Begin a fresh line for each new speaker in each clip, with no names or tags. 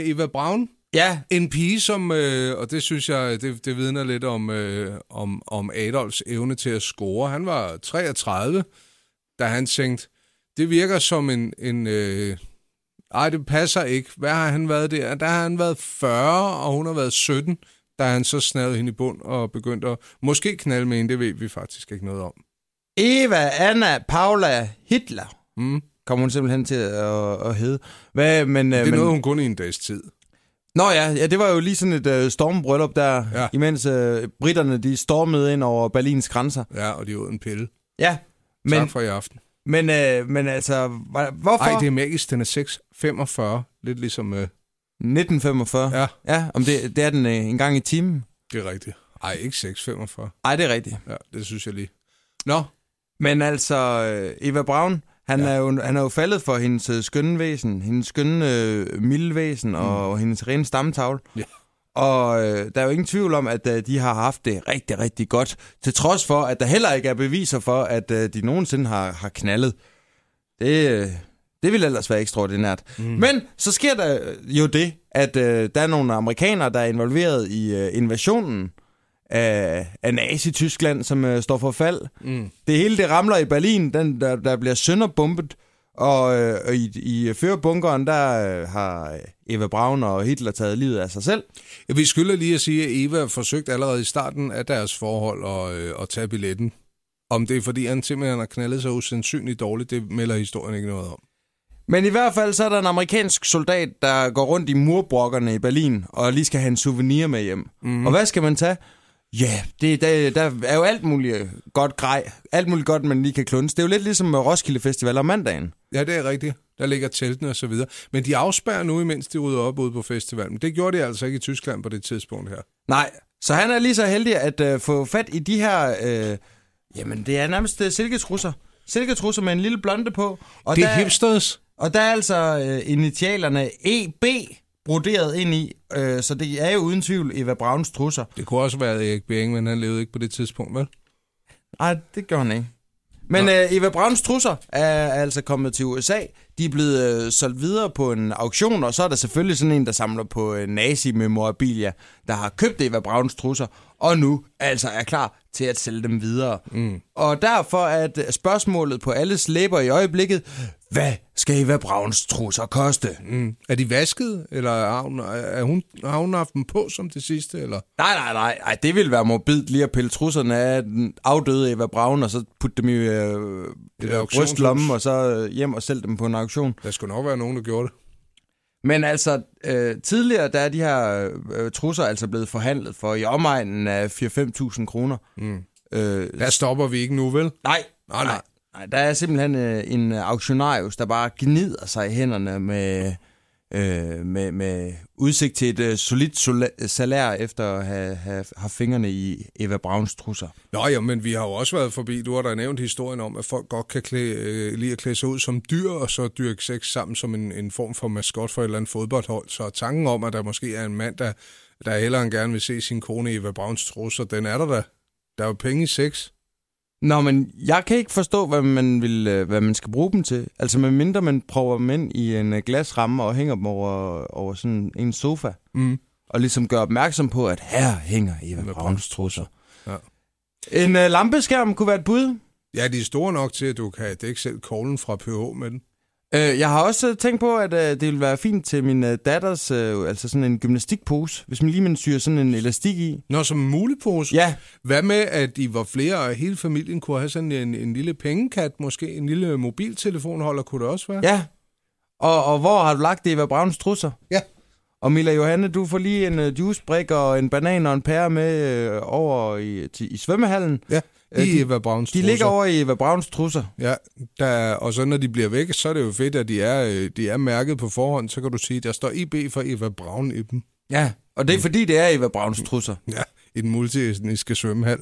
Eva Braun.
Ja,
En pige, som, øh, og det synes jeg, det, det vidner lidt om, øh, om, om Adolfs evne til at score. Han var 33, da han tænkte, det virker som en... en øh, ej, det passer ikke. Hvad har han været der? Der har han været 40, og hun har været 17, da han så snavede hende i bund og begyndte at måske knalde med hende. Det ved vi faktisk ikke noget om.
Eva Anna Paula Hitler
Mm.
kommer hun simpelthen til at, at hedde. Hvad, men, øh,
Det er
men,
noget, hun kun i en dags tid.
Nå ja, ja, det var jo lige sådan et øh, stormbryllup der,
Ja.
ja. imens øh, britterne de stormede ind over Berlins grænser.
Ja, og de åd en pille.
Ja,
Men...
men,
Tak for i aften.
men, øh, men altså, hva- hvorfor?
Ej, det er magisk. Den er 6.45. Lidt ligesom... Øh,
1945.
ja,
Ja, om det, det er den øh, en gang i timen.
det er rigtigt. Ej, ikke 6.45.
Ej, det er rigtigt.
Ja, det synes jeg lige. Nå,
Men altså, øh, Eva Braun, han,
Ja.
ja. er jo, han er jo faldet for hendes øh, skønne væsen, hendes skønne øh, milde væsen mm. og hendes rene stamtavle.
Ja.
Og øh, der er jo ingen tvivl om, at øh, de har haft det rigtig, rigtig godt, til trods for, at der heller ikke er beviser for, at øh, de nogensinde har, har knaldet. Det, øh, det ville ellers være ekstraordinært. Mm. Men så sker der øh, jo det, at øh, der er nogle amerikanere, der er involveret i øh, invasionen af, af Nazi-Tyskland, som øh, står for fald.
mm.
Det hele det ramler i Berlin, den, der, der bliver sønderbumpet, og, øh, og i, i førerbunkeren, der øh, har Eva Braun og Hitler taget livet af sig selv.
Ja, vi skylder lige at sige, at Eva forsøgte allerede i starten af deres forhold at, øh, at tage billetten. Om det er, fordi han simpelthen har knaldet sig usandsynligt dårligt, det melder historien ikke noget om.
Men i hvert fald så er der en amerikansk soldat, der går rundt i murbrokkerne i Berlin, og lige skal have en souvenir med hjem. Mm. Og hvad skal man tage? Ja, det, der, der er jo alt muligt godt grej. Alt muligt godt, man lige kan klunse. Det er jo lidt ligesom med Roskilde Festival om mandagen.
Ja, det er rigtigt. Der ligger teltene og så videre. Men de afspærrer nu, imens de rydder op ude på festivalen. Men det gjorde de altså ikke i Tyskland på det tidspunkt her.
Nej, så han er lige så heldig at øh, få fat i de her... Øh, jamen, det er nærmest øh, silketrusser. Silketrusser med en lille blonde på. Og
det
der,
er hipsters.
Og der er altså øh, initialerne EB broderet ind i, øh, så det er jo uden tvivl Eva Brauns trusser.
Det kunne også være Erik Bering, men han levede ikke på det tidspunkt, vel?
Nej, det gjorde han ikke. Men øh, Eva Brauns trusser er altså kommet til USA. De er blevet øh, solgt videre på en auktion, og så er der selvfølgelig sådan en, der samler på øh, nazi-memorabilia, der har købt Eva Brauns trusser, og nu altså er klar til at sælge dem videre. Mm. Og derfor er det spørgsmålet på alles læber i øjeblikket, hvad skal Eva Brauns trusser koste?
Mm. Er de vasket, eller er hun, er hun, har hun haft dem på som det sidste? Eller?
Nej, nej, nej. Ej, det ville være morbidt lige at pille trusserne af den afdøde Eva Braun, og så putte dem i øh,
Et auktionshus.
brystlommen, og så øh, hjem og sælge dem på en auktion.
Der skulle nok være nogen, der gjorde det.
Men altså, øh, tidligere der er de her øh, trusser altså blevet forhandlet for i omegnen af 4-5.000 kroner. Mm. Øh,
Der stopper vi ikke nu, vel?
nej,
Nej, nej.
nej. Der er simpelthen øh, en øh, auktionarius, der bare gnider sig i hænderne med, øh, med, med udsigt til et øh, solidt sola- salær efter at have, have, have fingrene i Eva Brauns trusser.
Nå ja, men vi har jo også været forbi, du har da nævnt historien om, at folk godt kan klæde, øh, lide at klæde sig ud som dyr, og så dyrke sex sammen som en, en form for maskot for et eller andet fodboldhold. Så tanken om, at der måske er en mand, der, der hellere end gerne vil se sin kone i Eva Brauns trusser, den er der da. Der er jo penge i sex.
Nå, men jeg kan ikke forstå, hvad man, vil, øh, hvad man skal bruge dem til. Altså, med mindre man prøver dem ind i en øh, glasramme og hænger dem over, over sådan en sofa.
Mm.
Og ligesom gør opmærksom på, at her hænger Eva
Med
Brauns trusser.
Ja.
En øh, lampeskærm kunne være et bud.
Ja, de er store nok til, at du kan dække selv koglen fra PH med den.
Øh, jeg har også øh, tænkt på, at øh, det ville være fint til min øh, datters, øh, altså sådan en gymnastikpose, hvis man lige man syr sådan en elastik i.
Nå, som en mulepose.
Ja,
Hvad med, at I var flere, og hele familien kunne have sådan en, en lille pengekat, måske en lille mobiltelefonholder, kunne det også være?
ja. Og, og hvor har du lagt Eva Brauns trusser?
ja.
Og Mila Johanne, du får lige en uh, juicebrik og en banan og en pære med øh, over i, til, i svømmehallen.
ja.
Øh,
I
de-
Eva Brauns
De
trusser.
ligger over i Eva Brauns trusser.
Ja, der, er- og så når de bliver væk, så er det jo fedt, at de er, øh, de er mærket på forhånd. Så kan du sige, der står IB for Eva Braun i dem.
Ja. Og det er fordi, det er Eva Brauns trusser.
Ja, i den multietniske svømmehal.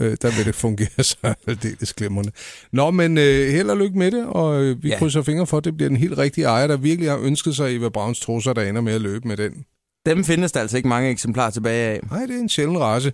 Øh, der vil det fungere så aldeles glimrende. Nå, men øh, held og lykke med det, og øh, vi ja.
Ja.
krydser fingre for, at det bliver den helt rigtige ejer, der virkelig har ønsket sig Eva Brauns trusser, der ender med at løbe med den.
Dem findes der altså ikke mange eksemplarer tilbage af.
Nej, det er en sjælden race.